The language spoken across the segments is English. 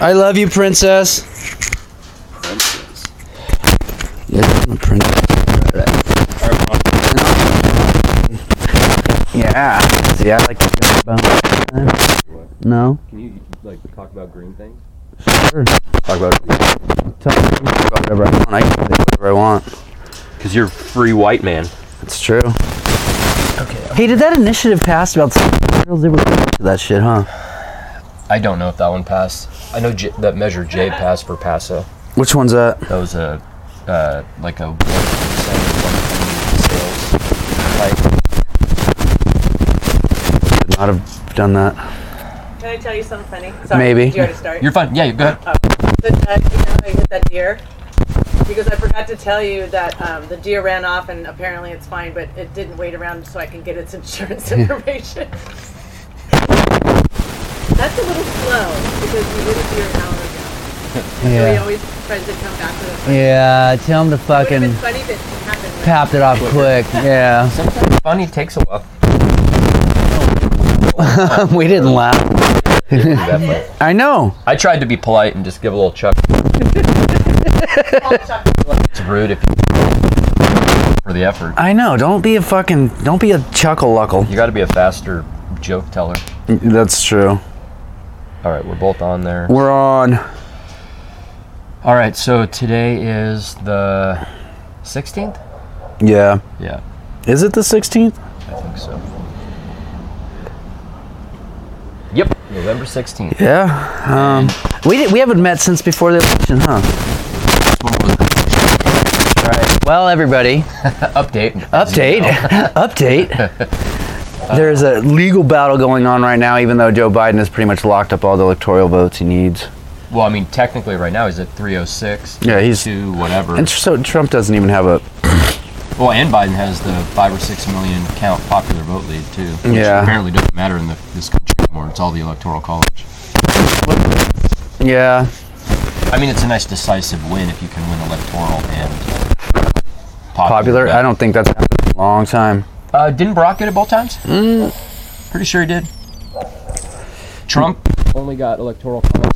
I love you, princess. Princess. Yes, I'm a princess. Yeah. See, I like to talk about. What? No. Can you like talk about green things? Sure. Talk about Tell me whatever I want. I can do whatever I want. because you're a free white man. It's true. Okay. Hey, did that initiative pass about the girls? They were into that shit, huh? I don't know if that one passed. I know J- that measure J passed for PASA. Which one's that? That was a uh, like a one percent sales like Should not have done that. Can I tell you something funny? Sorry, Maybe. Did you already start? You're fine. Yeah, you go ahead. oh, the dead, you know, how you hit that deer. Because I forgot to tell you that um, the deer ran off, and apparently it's fine, but it didn't wait around so I can get its insurance information. That's a little slow because we did a deer an hour ago. So he Yeah. always tries to come back with it. Yeah, tell him to It would fucking have been funny if it happened. papped it off quick. Yeah. Sometimes funny takes a while. we didn't laugh. Definitely. I know. I tried to be polite and just give a little chuck. it's rude if you for the effort. I know. Don't be a fucking. Don't be a chuckle luckle. You got to be a faster joke teller. That's true. All right, we're both on there. We're on. All right, so today is the 16th. Yeah. Yeah, Is it the 16th? I think so. Yep, November 16th. Yeah. Um, we did, we haven't met since before the election, huh? All right. Well, everybody, Uh, Update. Update. Update. There's a legal battle going on right now, even though Joe Biden has pretty much locked up all the electoral votes he needs. Well, I mean, technically, right now he's at 306. Yeah, he's- to whatever. And so Trump doesn't even have a. well, and Biden has the five or six million count popular vote lead too. Which Yeah. apparently doesn't matter in the, this country anymore. It's all the electoral college. Yeah. I mean, it's a nice decisive win if you can win electoral and Popular. I don't think that's happened in a long time. Uh, didn't Barack get it both times? Mm. Pretty sure he did. Trump only got electoral college.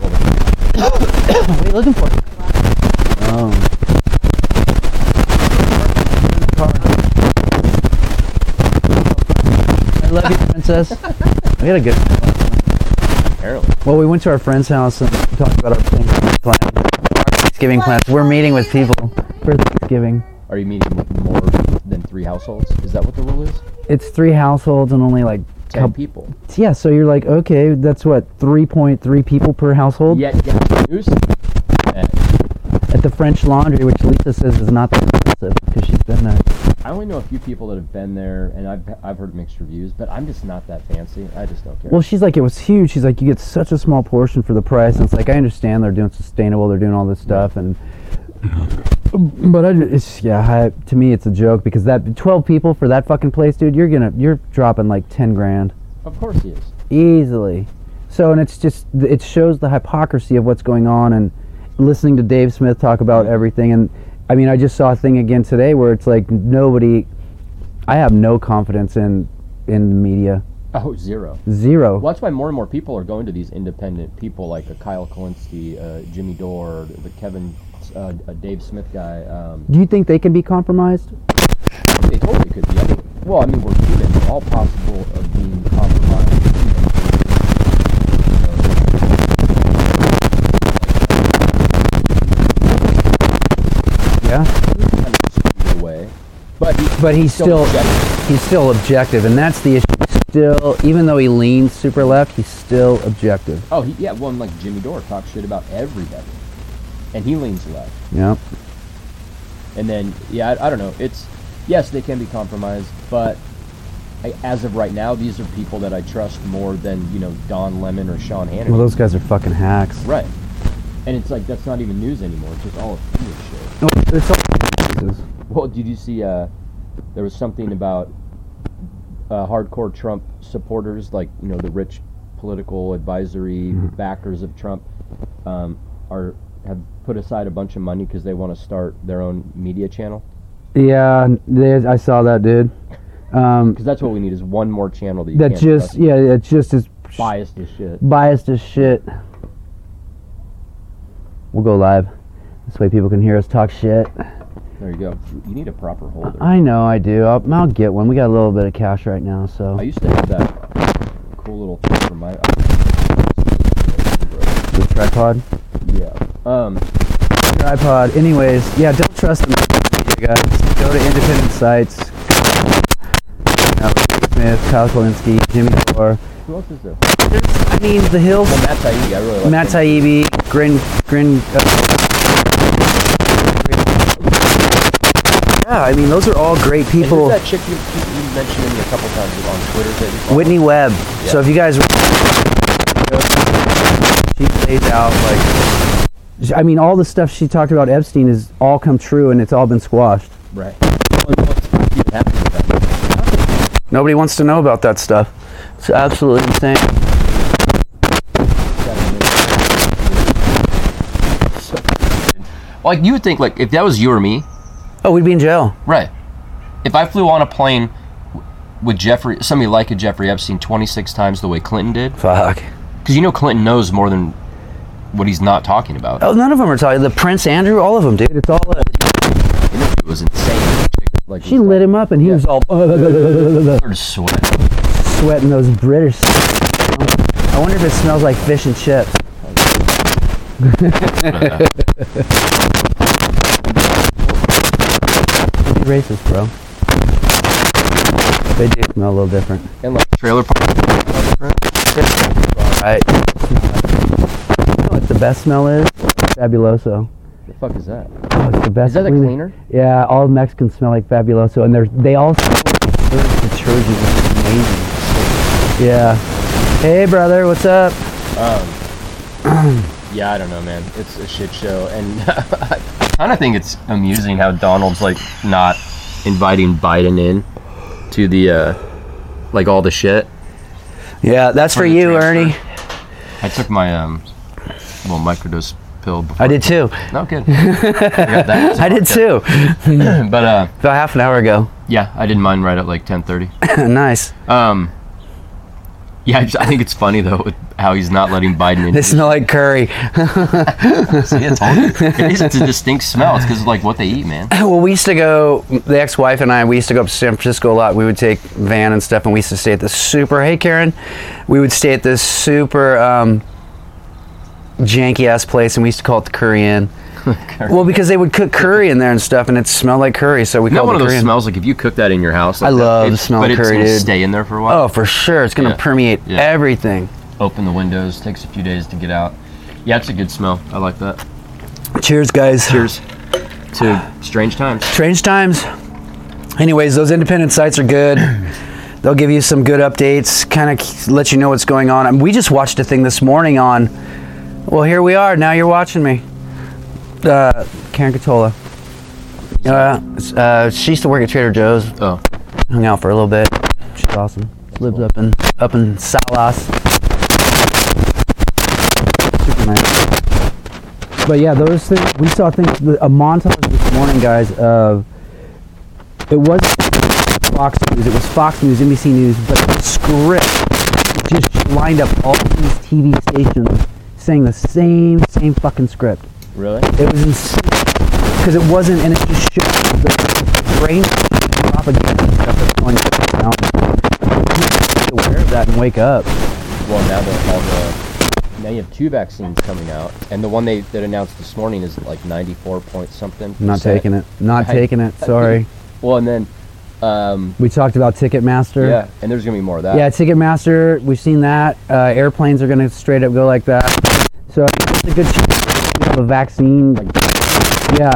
what are you looking for? I love you, princess. we had a good. Apparently. Well, we went to our friend's house and we talked about our Thanksgiving plans. Our Thanksgiving plans. We're meeting with people for Thanksgiving. Are you meeting with more than three households? Is that what the rule is? It's three households and only like Ten Couple- people. yeah. So you're like, okay, that's what three point three people per household Yet, yet the news. And at the French Laundry, which Lisa says is not that expensive because she's been there. I only know a few people that have been there, and I've I've heard mixed reviews. But I'm just not that fancy. I just don't care. Well, she's like, it was huge. She's like, you get such a small portion for the price. And it's like, I understand they're doing sustainable, they're doing all this stuff, and but I, ju- it's yeah, I, to me, it's a joke because that twelve people for that fucking place, dude, you're gonna you're dropping like ten grand of course he is. easily. So, and it's just it shows the hypocrisy of what's going on, and listening to Dave Smith talk about everything. And I mean, I just saw a thing again today where it's like nobody. I have no confidence in in the media. Oh, zero. Zero. Well, that's why more and more people are going to these independent people like uh, Kyle Kalinske, uh, Jimmy Dore, the Kevin, uh, uh, Dave Smith guy. Um, Do you think they can be compromised? they totally could be. I mean, well, I mean, we're human. We're all possible of being compromised. Yeah. Kind of skewed away. But, he, But he's still objective. he's still objective, and that's the issue. Still, even though he leans super left, he's still objective. Oh, he, yeah, well, and like Jimmy Dore talks shit about everybody. And he leans left. Yeah. And then, yeah, I, I don't know. It's, yes, they can be compromised, but I, as of right now, these are people that I trust more than, you know, Don Lemon or Sean Hannity. Well, those guys are fucking hacks. Right. And it's like that's not even news anymore. It's just all a feed of shit. No, Oh, it's all- Well, did you see? Uh, there was something about uh, hardcore Trump supporters, like you know the rich political advisory Mm-hmm. backers of Trump, um, are have put aside a bunch of money because they want to start their own media channel. Yeah, they, I saw that, dude. Um, Because that's what we need is one more channel that you that can't just trust. yeah, it just is biased as shit. biased as shit. We'll go live. This way people can hear us talk shit. There you go. You need a proper holder. I know I do. I'll, I'll get one. We got a little bit of cash right now, so I used to have that cool little thing for my. the tripod. Yeah. Um. Tripod. Anyways, yeah, don't trust the media guys. Go to independent sites. You know, Smith, Kyle Kalinske, Jimmy Dore. Who else is there? I mean, the hills. Well, Matt Taibbi. I really like Matt him. Taibbi, Grin, Grin. uh, yeah, I mean, those are all great And who's people. that chick you, you, you mentioned to me a couple times on Twitter that you follow? Whitney Webb. So if you guys, she lays out like, I mean, all the stuff she talked about Epstein is all come true, and it's all been squashed. Right. Well, and what's even happening with that? Nobody wants to know about that stuff. It's absolutely insane. Like you would think, like if that was you or me, Oh, we'd be in jail. right? If I flew on a plane w- with Jeffrey, somebody like a Jeffrey Epstein, twenty six times the way Clinton did, Fuck. because you know Clinton knows more than what he's not talking about. Oh, none of them are talking. The Prince Andrew, all of them, dude. It's all. A, The interview was insane. Like she lit him up, and he was all Started sweating. sweating those British. I wonder if it smells like fish and chips. uh, Don't be racist, bro. They do smell a little different. And like Trailer park. Right. You know what the best smell is? Fabuloso. the fuck is that? Oh, it's the best. Is that a cleaner. cleaner? Yeah, all Mexicans smell like Fabuloso, and they're they all smell like bird detergent. It's amazing. Yeah. Hey, brother, what's up? Yeah, I don't know, man. It's a shit show, and kind of think it's amusing how Donald's like not inviting Biden in to the uh like all the shit. Yeah, that's for the you, transfer. Ernie. I took my um little microdose pill before. I did too. No good. I, got that. I did too. But uh About half an hour ago. yeah, I didn't mind right at like 10:30. nice. Um yeah, I, just, I think it's funny though with how he's not letting Biden in. They smell like curry. See, I told you. It is it's a distinct smell. It's because of like what they eat, man. well, we used to go. The ex-wife and I, we used to go up to San Francisco a lot. We would take van and stuff, and we used to stay at this super. Hey, Karen, we would stay at this super um, janky ass place, and we used to call it the Curry Inn. Well, because they would cook curry in there and stuff, and it smelled like curry, so we You know called one it of those Korean. smells like if you cook that in your house. Like I that, love it's- the smell but of it's curry, gonna dude. stay in there for a while. Oh, for sure, it's gonna Yeah. permeate Yeah. everything. Oh. open the windows takes a few days to get out yeah it's a good smell i like that Cheers, guys. cheers to strange times strange times. Anyways, those independent sites are good. They'll give you some good updates, kind of let you know what's going on. I mean, we just watched a thing this morning on. Well, here we are. Now you're watching me. Uh, Karen Catola. Uh, uh, she used to work at Trader Joe's. oh Hung out for a little bit. She's awesome. Lives up in up in Salas. Super nice. But yeah, those things we saw things a montage this morning, guys. Of it was Fox News, it was Fox News, NBC News, but the script just lined up all these TV stations saying the same same fucking script. really, It was insane because it wasn't, and it just showed the brain propaganda and stuff that's going on. Be aware of that and wake up. well now that all the now you have two vaccines coming out, and the one they that announced this morning is like ninety four point something. Not percent. taking it. Not I- taking it. Sorry. Well, and then um, We talked about Ticketmaster. yeah, and there's gonna be more of that. Yeah, Ticketmaster. We've seen that. Uh, airplanes are going to straight up go like that. So it's a good chance you have a vaccine. Like, yeah.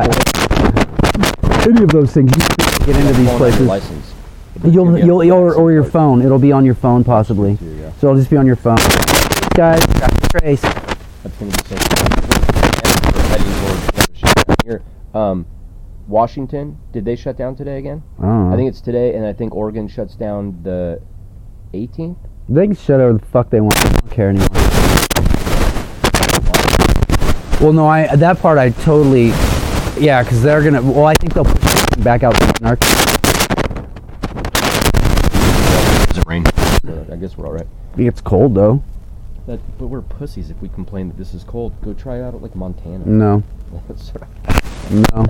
Any of those things. You can get into these Phone and places. License. You'll, you'll, Yeah. or, or your phone. It'll be on your phone possibly. Yeah. So it'll just be on your phone. Guys, trace. That's gonna be so. We're heading towards the other shit Here, um, Washington, did they shut down today again? Oh, I think it's today, and I think Oregon shuts down the 18th. they can shut over the fuck they want. I don't care anymore. Well, no, I that part I totally, yeah, because they're gonna. Well, I think they'll push it back out. to Narc. I guess we're all right. It gets cold though. That, but we're pussies if we complain that this is cold. Go try it out at like Montana. No, That's what I- no.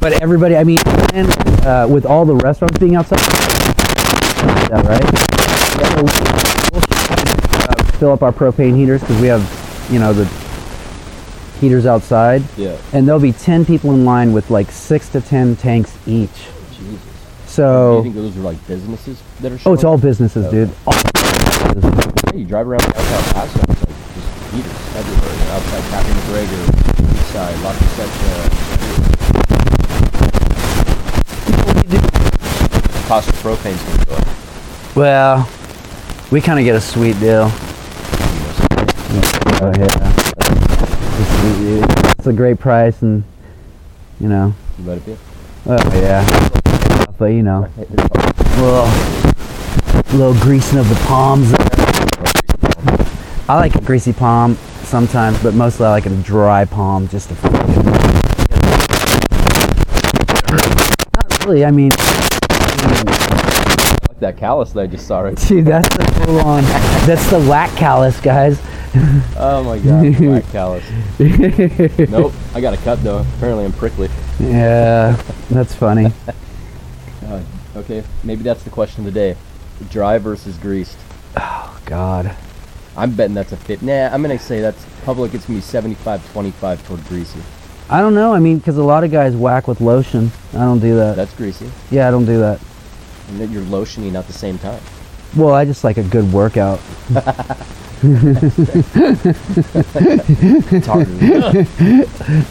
but everybody, I mean, and, uh, with all the restaurants being outside, that right? Yeah, so we'll, uh, fill up our propane heaters because we have, you know, the heaters outside, yeah. and there'll be ten people in line with like six to ten tanks each. Jesus. Do you So, think those are like businesses that are? oh, it's showing- all businesses, Okay. duod All businesses. Yeah, you drive around downtown Paso, it's like just eaters everywhere. you know, Outside Captain McGregor, East Side, La Concepcion. Cost of uh, propane's gonna go up. Well, we kind of get a sweet deal. Oh yeah, it's, it's a great price, and you know, You let it be. oh yeah, but you know, Hey, there's a lot a little, little greasing of the palms. I like a greasy palm sometimes, but mostly I like a dry palm, just to. Not really. I mean, like that callus that I just saw right. dude, that's the full on. That's the whack callus, guys. Oh my god, black callus. Nope, I got a cut though. Apparently I'm prickly. Yeah, that's funny. Okay, maybe that's the question of the day. Dry versus greased. Oh God. I'm betting that's a fit. Nah, I'm gonna say that's public. It's gonna be 75-25 toward greasy. I don't know. I mean, because a lot of guys whack with lotion. I don't do that. That's greasy, yeah, I don't do that. and then you're lotioning at the same time. Well, I just like a good workout. It's harder.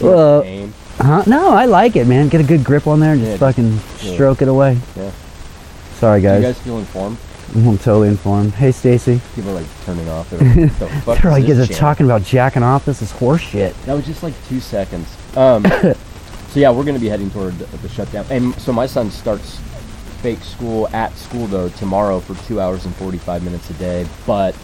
Well, Aim. huh? Uh-huh. No, I like it, man. Get a good grip on there and just Yeah, fucking yeah. stroke it away. Yeah. Sorry, Do you guys. guys feel informed? I'm totally informed. Hey, Stacy. People are like turning off. They're like, "What the fuck They're like, is "You guys this are channel?" talking about jacking off. This is horseshit. That was just like two seconds. Um, so yeah, we're gonna be heading toward the, the shutdown. And so my son starts fake school at school though tomorrow for two hours and forty-five minutes a day. But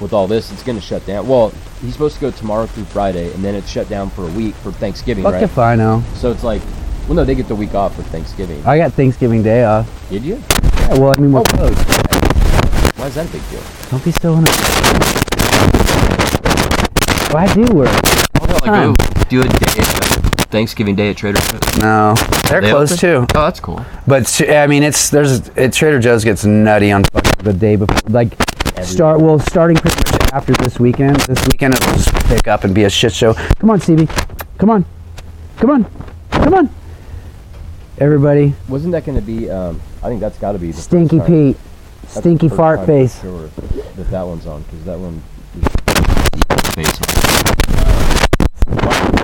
with all this, it's gonna shut down. Well, he's supposed to go tomorrow through Friday, and then it's shut down for a week for Thanksgiving, Fuck right? if I know. so it's like, well, no, they get the week off for Thanksgiving. Uh, I got Thanksgiving Day off. Did you? Yeah, well, I mean, we're close. Why is that a big deal? Don't be so in a... Why do work? Oh, um, Like, go do a day, at Thanksgiving day at Trader Joe's. No, they're They close open? too. Oh, that's cool. But s- I mean, it's there's it, Trader Joe's gets nutty on fucking the day before. Like, start well, starting pretty much after this weekend. This weekend. weekend, It'll just pick up and be a shit show. come on, Stevie, come on, come on, come on, everybody. Wasn't that gonna be? Um, I think that's got to be the first Stinky time- Pete, that's the stinky first fart time for face. Sure, that that one's on because that one. Face off.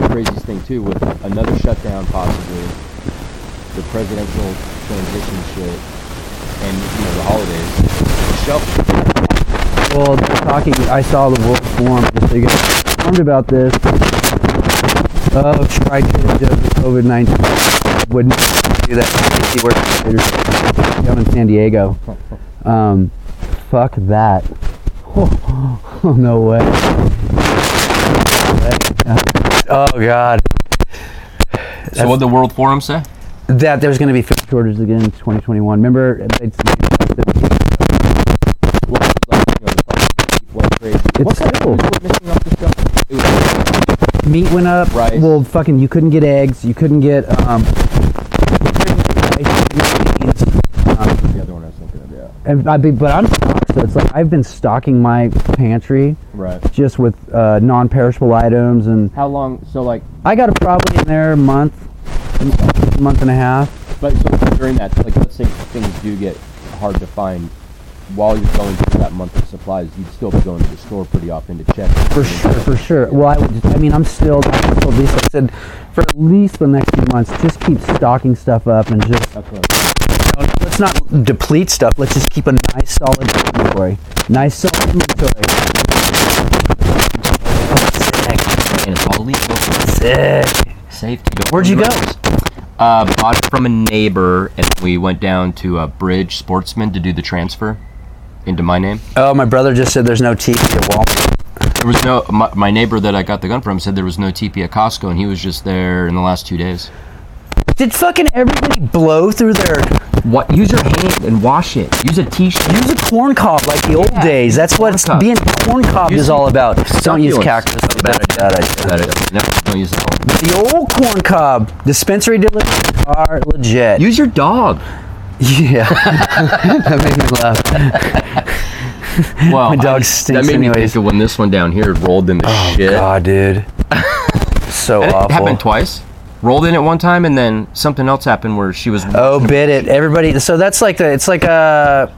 the craziest thing too with another shutdown possibly the presidential transition shit and you know the holidays shelf Well, they're talking. I saw the world forum. Just so you guys are informed about this. Oh, try to adjust to COVID nineteen. Wouldn't do that. He works at Trader Joe's down in San Diego. Um, fuck that. Oh, no way. Oh God, So what the World Forum say? that there's gonna be food. shortage again in 2021. Remember, it's, went crazy it's People still were missing off the shelf it was meat went up. Rice. Well, fucking, you couldn't get eggs. You couldn't get um. the other one I was thinking of yeah And I be, but I'm stocked, so it's like I've been stocking my pantry right just with uh, non-perishable items, and how long so like I got it probably in there a month, a month and a half. but so during that like let's say things do get hard to find while you're going through that month of supplies you'd still be going to the store pretty often to check For sure, for sure. Well, I, would- I mean, I'm still. I told Lisa, I said, for at least the next few months, just keep stocking stuff up and just That's what- let's not deplete stuff. Let's just keep a nice solid inventory. Nice solid inventory. And it's all legal. Sick. Safety. Don't Where'd you worry go? about it. Uh, bought it from a neighbor, and we went down to a Bridge Sportsman to do the transfer into my name. Oh, my brother just said there's no teeth at Walmart. There was no my, my neighbor that I got the gun from said there was no TP at Costco, and he was just there in the last two days. Did fucking everybody blow through their What? Use your hand and wash it. Use a t-shirt. use a corn cob like the old days? That's what Corn cob. being corn cob Use is all about. Don't use succulents. cactus. Bad idea, bad idea. That is- no, don't use it. all. The old corn cob dispensary deliveries are legit. Use your dog. yeah, that made me laugh. Wow, My dog That stinks made me anyways. Oh, think of when this one down here rolled in the shit. God, dude, so That awful. happened twice. Rolled in at one time, and then something else happened where she was. Oh, bit it. Everybody. So that's like the. It's like a.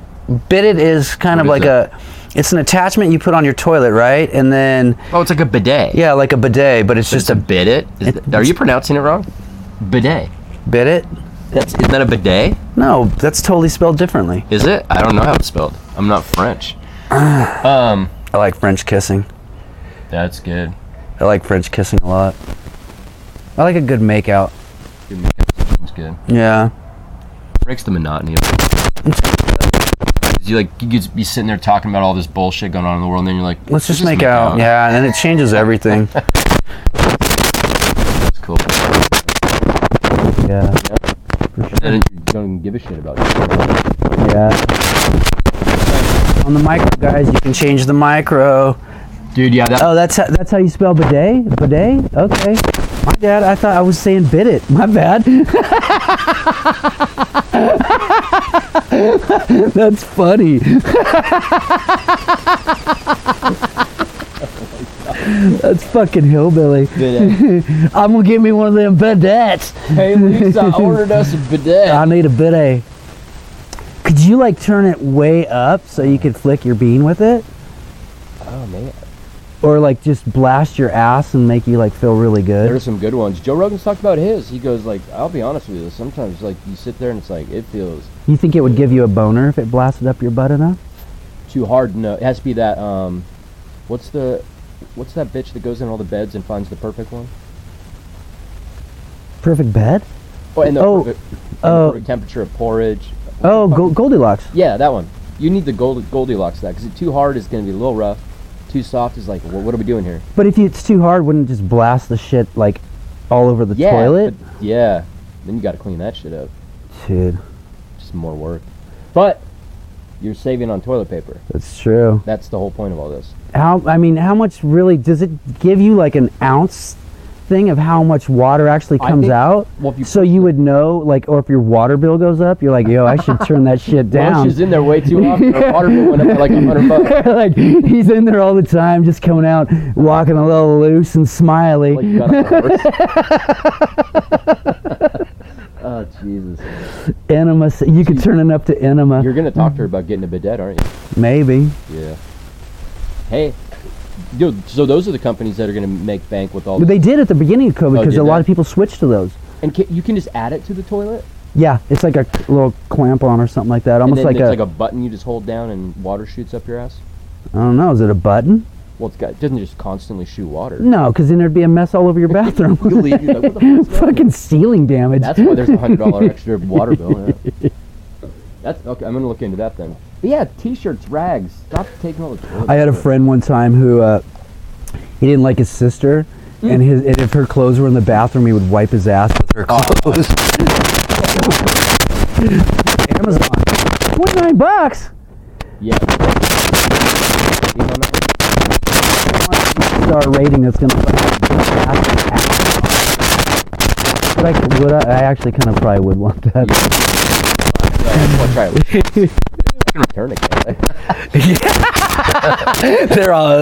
Bit it is kind of What like is a. It's an attachment you put on your toilet, right? And then Oh, it's like a bidet. yeah, like a bidet, but it's just just a a bit it. Is that- are you pronouncing it wrong? Bidet. bit it. That's isn't that a bidet? No, that's totally spelled differently. Is it? I don't know how it's spelled. I'm not French. Um, I like French kissing. That's good. I like French kissing a lot. I like a good makeout. It's good. Yeah. Breaks the monotony. of it. You like you could be sitting there talking about all this bullshit going on in the world, and then you're like, Let's just make out. Yeah, and then it changes everything. It's cool. Yeah. And You don't even give a shit about it. Yeah. On the micro, guys, you can change the micro. dude, yeah, that, Oh, that's how, That's how you spell bidet? Bidet? Okay. My dad, I thought I was saying bit it. My bad. That's funny. That's fucking hillbilly. Bidet. I'm gonna get me one of them bidets. hey, Lisa ordered us a bidet. I need a bidet. Could you like turn it way up so you could flick your bean with it? oh man, Or like just blast your ass and make you like feel really good? there's some good ones. Joe Rogan's talked about his. He goes like, I'll be honest with you. Sometimes like you sit there and it's like it feels you think it would give you a boner if it blasted up your butt enough? too hard. No, it has to be that. Um, what's the, what's that bitch that goes in all the beds and finds the perfect one? Perfect bed? Oh, and the, Oh, perfect, and the oh. perfect temperature of porridge. Oh, Go- Goldilocks. Yeah, that one. You need the gold, Goldilocks that because too hard is going to be a little rough. Too soft is like, well, what are we doing here? But if it's too hard, wouldn't it just blast the shit like all over the yeah, toilet? but- yeah. Then you got to clean that shit up. Dude, Just more work. But you're saving on toilet paper. that's true. That's the whole point of all this. How I mean, how much really does it give you like an ounce thing of how much water actually I comes think- out? Well, if you So you would know, like, or if your water bill goes up, you're like, yo, I should turn that shit down. lunch is in there way too often. Our water bill went up by like a hundred bucks. like he's in there all the time, just coming out, walking a little loose and smiley. Like you got a horse. oh Jesus! enema, s- you could turn it up to enema, You're gonna talk to her about getting a bidet, aren't you? maybe. Yeah. Hey, dude. So those are the companies that are gonna make bank with all. But This. they did at the beginning of COVID Oh, because did a lot they? of people switched to those. And can, you can just add it to the toilet. Yeah, it's like a c- little clamp on or something like that. Almost and then like it's a, like a button you just hold down and water shoots up your ass. I don't know, is it a button? Well, it's got, it doesn't just constantly shoot water. No, because then there'd be a mess all over your You bathroom. leave, you're like, what the fuck's going on? Fucking ceiling damage. That's why there's a hundred dollar extra water bill. yeah. That's okay. I'm gonna look into that then. But yeah, t-shirts, rags. Stop taking all the. toilet I had a paper. friend one time who uh, he didn't like his sister, Mm. and his and if her clothes were in the bathroom, he would wipe his ass with Oh. her clothes. Amazon, twenty nine bucks. Yeah. Star rating that's gonna. But I could- would I, I actually kind of probably would want that. I'll try it. Return again. they're all.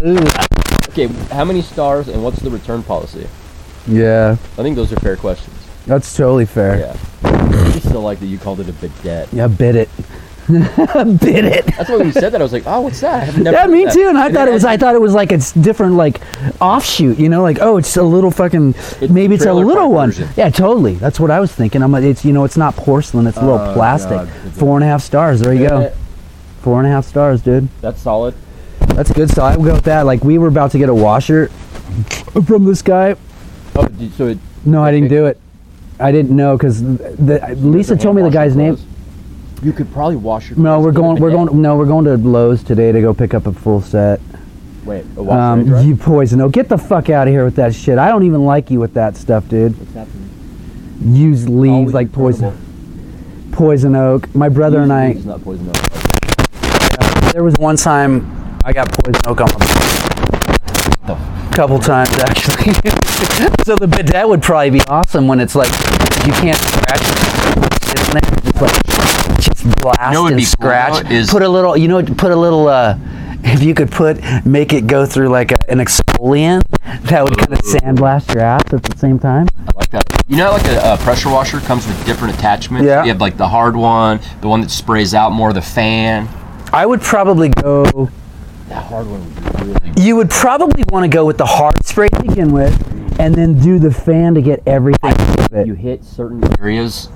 Okay, how many stars and what's the return policy? Yeah, I think those are fair questions. that's totally fair. Yeah. I just still like that you called it a bidet. Yeah, bit it. bit it. That's why when you said that, I was like, oh, what's that? I've never Yeah, heard me that. too. And I And thought it then was. I thought it was like it's different, like offshoot. You know, like oh, it's a little fucking. It's maybe it's a trailer little park one. version. Yeah, totally. That's what I was thinking. I'm. Like, it's you know, it's not porcelain. It's a little Oh, plastic. God. Four and a half stars. There you go. Four and a half stars, dude. That's solid. That's good. So I would go with that. Like we were about to get a washer from this guy. Oh, did, so it, No, I didn't Okay. do it. I didn't know because the, Lisa told me the hand wash guy's your name. clothes. You could probably wash your. No, clothes we're with a going. We're bidet. going. No, we're going to Lowe's today to go pick up a full set. Wait, a washer and Um, dryer? you poison. Oh, get the fuck out of here with that shit. I don't even like you with that stuff, dude. What's happening? use leaves Always like poison, portable. poison oak. My brother and I, It's not poison oak. There was one time I got poison oak on my couple times actually. so the bidet would probably be awesome when it's like you can't scratch it. Sit in there, just like just blast know what'd and be cool though scratch. is- put a little, you know, put a little. uh if you could put, make it go through like a, an exfoliant, that would kind of sandblast your ass at the same time. like that. You know, how, like a, uh pressure washer comes with different attachments. Yeah. You have like the hard one, the one that sprays out more, the fan. I would probably go. That hard one would be really You would probably want to go with the hard spray to begin with, and then do the fan to get everything out of You it. hit certain Areas.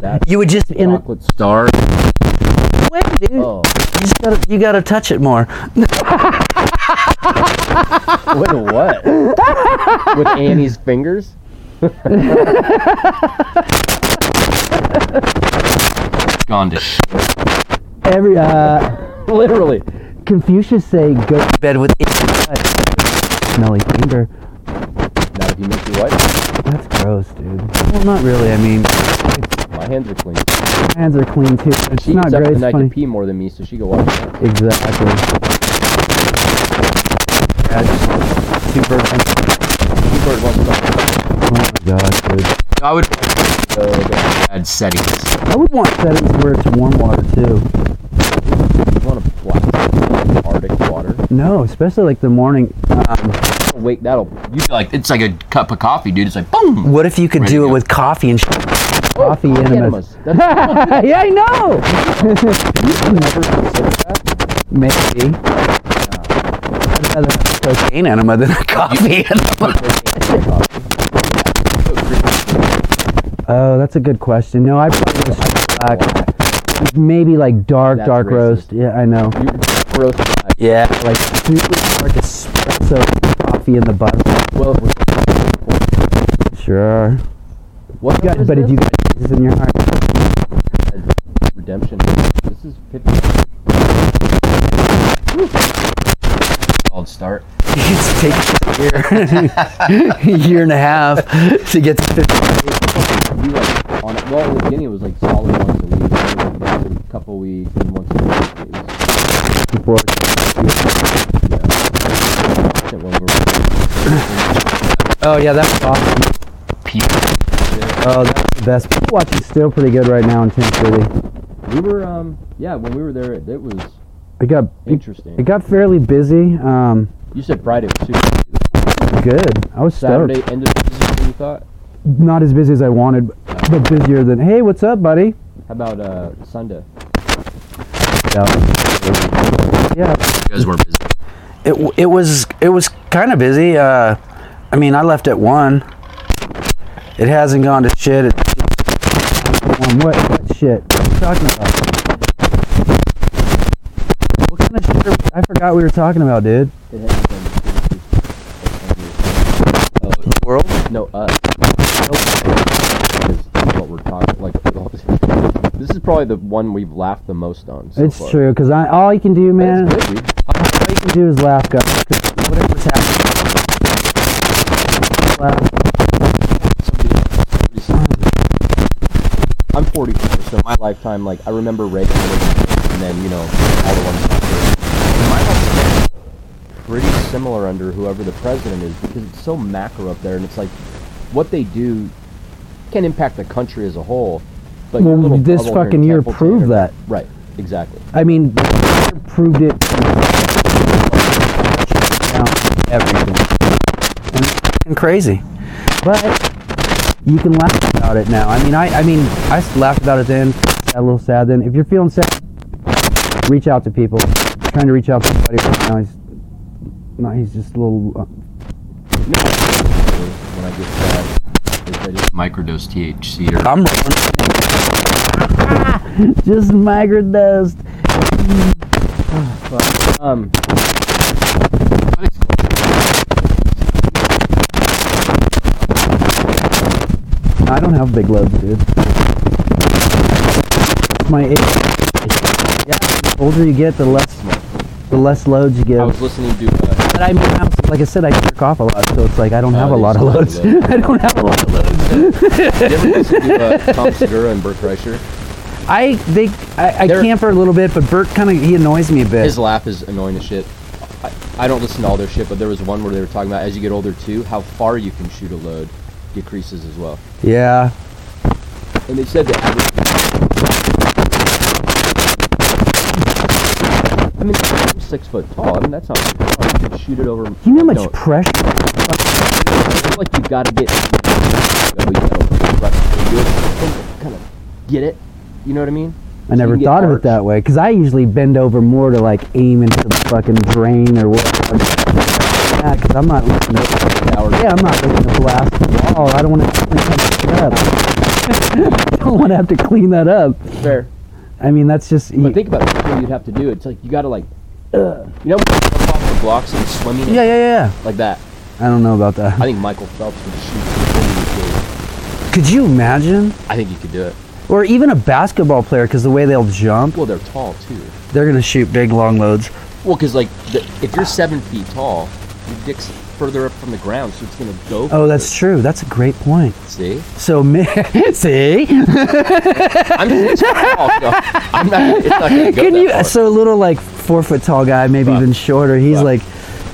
that You would just in a chocolate Star. way, dude. Oh, You just gotta, you gotta touch it more. with what? with Annie's fingers? Gone to shit. Every uh, Literally. Confucius say go Bed with it. smelly finger. Now, if you make your wife, That's gross, dude. Well, not really. I mean, my hands are clean. My hands are clean too. It's She not gets up great. at It's night funny. to pee more than me, so she go watch that. Exactly. yeah, just two birds. She bird wants to Oh my gosh, dude. I would go, okay. add settings. I would want settings where it's warm water too. You want to blast Arctic water? No, especially like the morning. Um, Wake, that'll. You, You feel like it's like a cup of coffee, dude. It's like boom. What if you could Ready do to it go. with coffee and shit? Coffee oh, enemas. enemas. That's yeah, I know. never considered that. Maybe. I'd rather have Cocaine enema than a coffee enema? Oh, that's a good question. No, I probably go straight black. Maybe like dark, That's dark racist. roast. Yeah, I know. You gross. guy. Yeah. Like super dark espresso coffee in the butter. Well, if we're- Sure. what You got- but did you got Jesus in your heart? redemption? This is 50. Cold start. You just take a year, year and a half to get to 50. You like on well with Guinea it was like solid once a week, like, once a couple weeks, and once a week. It was Before. constant when we were Oh, yeah, that was awesome. Pete. Oh, that's the best. People watching still pretty good right now in Tent City. we were um yeah when we were there it, it was It got it, interesting. it got fairly busy. Um, you said Friday was too good. I was stoked. Saturday ended up being what you thought. Not as busy as I wanted, but busier than. Hey, what's up, buddy? How about uh Sunday? Yeah. Yeah. You guys were busy. It, w- it was, it was kind of busy. Uh, I mean, I left at 1. It hasn't gone to shit. It, Um, what, what shit? What are you talking about? What kind of shit? Are, I forgot we were talking about, dude. It hasn't been Oh, the world? No, us. Nope. Is what we're talking like. This is probably the one we've laughed the most on. So it's far. true, cause I all you can do, But man. It's good, dude. All you can do is laugh, guys. 'cause Whatever's happening. laugh. I'm 44, so my lifetime, like, I remember Reagan, and then, you know, all the ones after. My lifetime's pretty similar under whoever the president is because it's so macro up there, and it's like, what they do can impact the country as a whole. But your Well, little this bubble here in fucking year Templeton proved or- that. Right, exactly. I mean, proved it. Now, Everything, and crazy. but you can laugh about it now. I mean, I, I mean, I s- laughed about it then. Got a little sad then. If you're feeling sad, reach out to people. trying to reach out to somebody right now. He's, no, he's just a little. Uh, When I get sad, is that it's Microdose THC. Or, I'm rolling. just microdosed. Um, I don't have big loads, dude. My age. Yeah, the older you get, the less the less loads you I give. was listening to uh, But I mean, I'm, like I said, I jerk off a lot, so it's like I don't have Oh, a lot of you loads. still have I don't have a lot of loads. Did you ever listen to uh, Tom Segura and Burt Kreischer? I they I, I They're- can't for a little bit, but Bert kind of he annoys me a bit. His laugh is annoying as shit. I, I don't listen to all their shit, but there was one where they were talking about as you get older too, how far you can shoot a load decreases as well. yeah, And they said the average. I mean, I'm six foot tall. I mean, that's not very far. You could shoot it over. you know how much No, pressure. it's like you gotta get. Oh, you gotta rush to do it. Kind of get it. You know what I mean? I never thought of it that way because I usually bend over more to like aim into the fucking brain or what. Yeah, because I'm not looking to, way. yeah, I'm not looking to blast the wall. I don't want to clean that up. I don't want to have to clean that up. Fair. I mean, that's just e- But think about it, what you'd have to do. It's like you gotta like, you know, when you jump off the blocks and swimming yeah, yeah, yeah. like that. I don't know about I that. think Michael Phelps would shoot. through the Could you imagine? pool. I think he could do it. Or even a basketball player because the way they'll jump, Well, they're tall too. they're gonna shoot big long loads. Well, because like the, if you're seven feet tall, your dick's further up from the ground, so it's gonna go. Oh, that's true. That's a great point. further. see. So, mi- see, I'm six feet tall. So I'm not. It's not gonna go can that you? uh, far. So a little like four foot tall guy, maybe Fuck. even shorter. He's Fuck. like,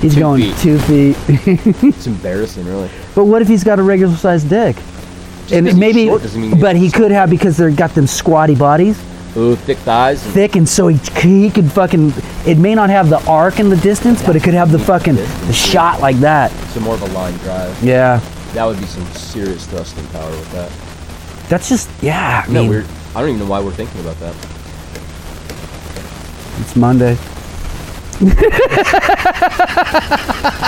he's Two going feet. two feet. It's embarrassing, really. but what if he's got a regular sized dick? because and he's maybe, short doesn't mean he's but he could have because they're got them squatty bodies, Ooh, thick thighs. And thick, and so he he could fucking. It may not have the arc in the distance, but it could have the fucking the shot like that. some more of a line drive. Yeah, That would be some serious thrusting power with that. that's just yeah. I No, mean, weird. I don't even know why we're thinking about that. It's Monday.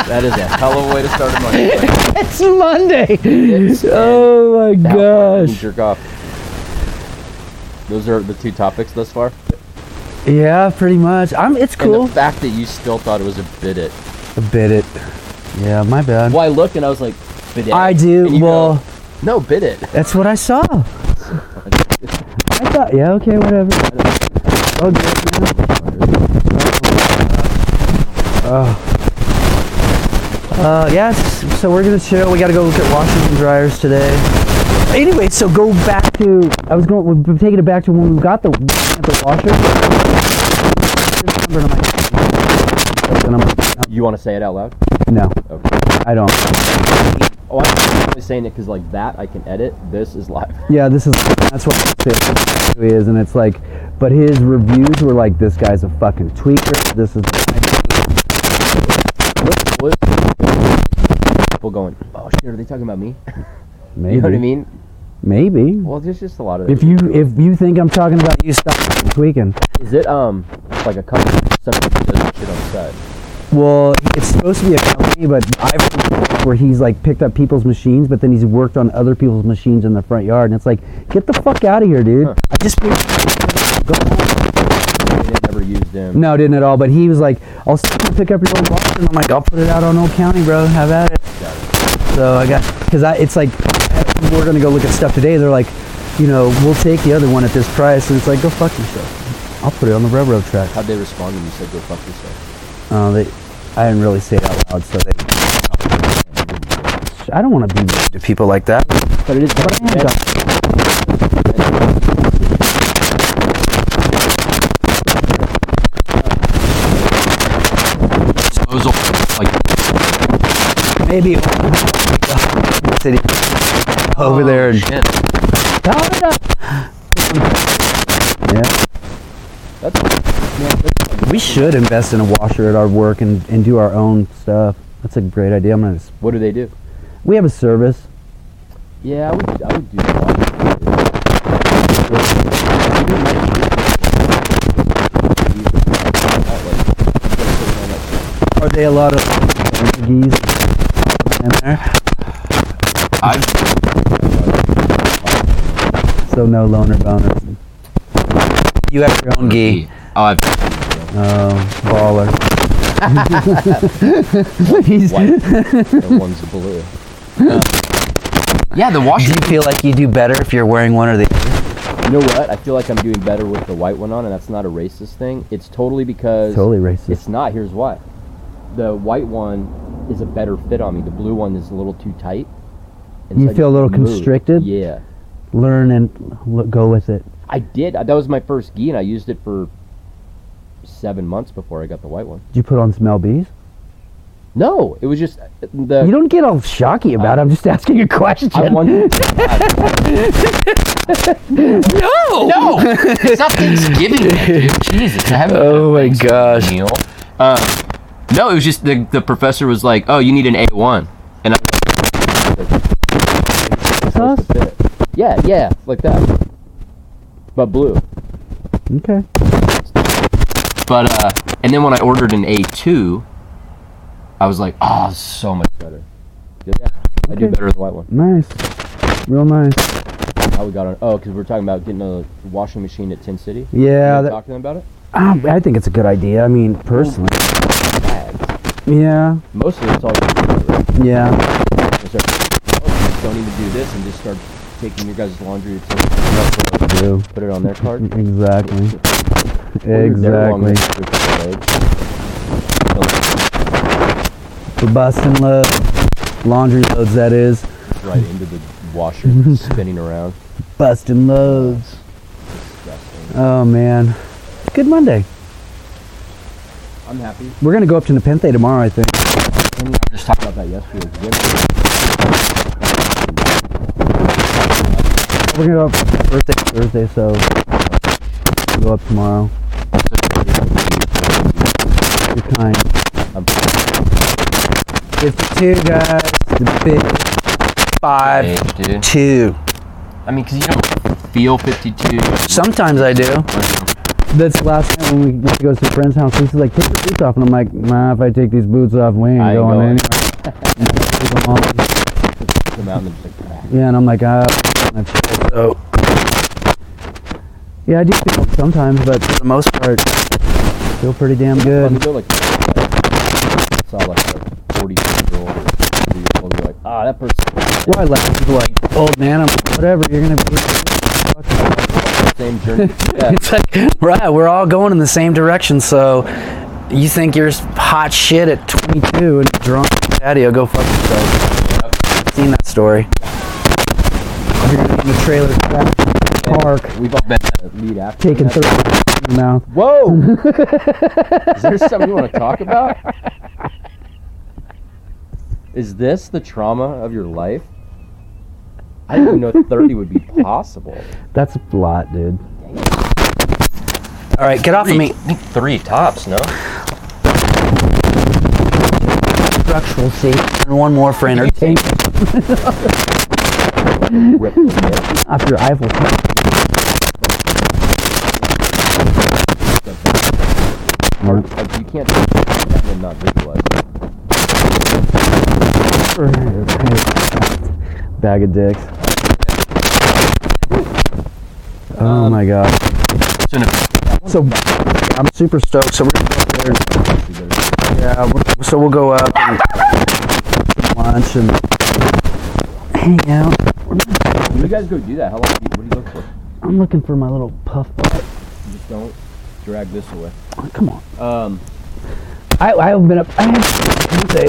That is a hell of a way to start a Monday. Like, It's Monday. It's- Oh my now you gosh. jerk off. Those are the two topics thus far. Yeah, pretty much. I'm. It's cool. And the fact that you still thought it was a bit it. A bit it. Yeah, my bad. Well, I looked and I was like, bit it. I do. And you Well, go, no, bit it. that's what I saw. I thought. Yeah. Okay. Whatever. Oh, good. Oh. Uh, yeah, s- so we're gonna chill. We gotta go look at washers and dryers today. Anyway, so go back to. I was going. We're taking it back to when we got the at the washer. Number, and I'm like- and I'm like, You want to say it out loud? no, Okay. I don't. Oh, I'm only saying it because like that I can edit. This is live. Yeah, this is that's what this really is, and it's like, but his reviews were like, this guy's a fucking tweaker. This is What, what? People going, oh shit, are they talking about me? maybe, You know what I mean? maybe. Well, there's just a lot of. If you if you think I'm talking about you, stop fucking tweaking. is it um like a company somebody who does shit on the side? Well, it's supposed to be a company, but I've heard where he's like picked up people's machines, but then he's worked on other people's machines in the front yard, and it's like, get the fuck out of here, dude. Huh. I just go home. And they never used them. No, didn't at all. But he was like, "I'll s- pick up your old box," and I'm like, "I'll put it out on Old County, bro. Have at it." So I got because I it's like we're gonna go look at stuff today. They're like, you know, we'll take the other one at this price, and it's like, go fuck yourself. I'll put it on the railroad track. How'd they respond when you said go fuck yourself? Uh, they, I didn't really say it out loud, so they. I don't want to be mean to people like that. But it is. But I am dumb. Disposal, like Maybe city over there and shit. yeah. That's, man, that's like- We should invest in a washer at our work and, and do our own stuff. That's a great idea. I'm gonna. s- what do they do? We have a service. Yeah, I would. I would do that. Even my- Are they a lot of geese in there? I've So no loner boners. You have your own gi. Oh, I've Oh, baller. He's- White. the one's blue. yeah, the Do washer. you feel like you do better if you're wearing one or the other? You know what? I feel like I'm doing better with the white one on, and that's not a racist thing. It's totally because totally racist. it's not. Here's why: the white one is a better fit on me. The blue one is a little too tight, You feel a I just little moved. constricted? Yeah, Learn and l- go with it. I did. That was my first gi, and I used it for seven months before I got the white one. Did you put on some LBs? No, it was just uh, the. You don't get all shocky about it. I'm just asking a question. I won- No, it's not Thanksgiving yet, dude. Jesus, I haven't. Oh my Thanksgiving gosh. meal. Uh, no, it was just the the professor was like, "Oh, you need an A one," and I sauce? yeah, yeah, like that. But blue. Okay. but uh, and then when I ordered an A two, I was like, "Oh, it's so much better." Yeah, I Okay. do better than the white one. Nice. Real nice. How we got on? Oh, because we're talking about getting a washing machine at Tin City. Yeah. You That, talk to them about it. um, I think it's a good idea. I mean, personally. Yeah. Mostly it's all. Start, Yeah. don't even do this and just start taking your guys' laundry. To do. put it on their card. Exactly. Ordered their long Exactly. loads. The busting load, laundry loads that is, Right into the washer, spinning around. busting loads. Disgusting. Oh man, good Monday. I'm happy. We're gonna go up to Nepenthe tomorrow, I think. And we were just talking about that yesterday. It's winter. We're gonna go up Thursday, Thursday, so we'll go up tomorrow. You're kind. I'm- 52 guys, the big Five, dude. two. I mean, because you don't feel fifty two. Sometimes I do. That's last night when we went to go to a friend's house. He's like, "Take your boots off," and I'm like, "Nah, if I take these boots off, we ain't I ain't going, going." anywhere." And I took them off. Come out and just like, Yeah, and I'm like, ah. and I- So Yeah, I do feel it sometimes, but for the most part, I feel pretty damn Let me good. go like I saw like a 40 year old or 50 year old be like, ah, that person Well, I like people like old man. I'm like, whatever. You're gonna be same journey. Yeah, it's like, right, we're all going in the same direction. So you think you're hot shit at 22 and drunk on the patio? Go fuck yourself. Seen that story? you're gonna be in the trailer trash park, we've all been that lead after. taking that. thirty in your mouth. Whoa! Is there something you want to talk about? Is this the trauma of your life? I didn't even know 30 would be possible. That's a lot, dude. All right, get off of me. three tops, no? Structural safety. And one more for enter- Rip the lid. After Eiffel Tower. Hard- Like, you can't do that and not visualize it. Bag of dicks. Oh my god. So I'm super stoked. So we're gonna go up there. Yeah, we're, so we'll go up and for lunch and hang out. When you guys go do that, how long do you, what do you look for? I'm looking for my little puff ball. You just don't drag this away. Come on. Um, I I've been up. I have Tuesday.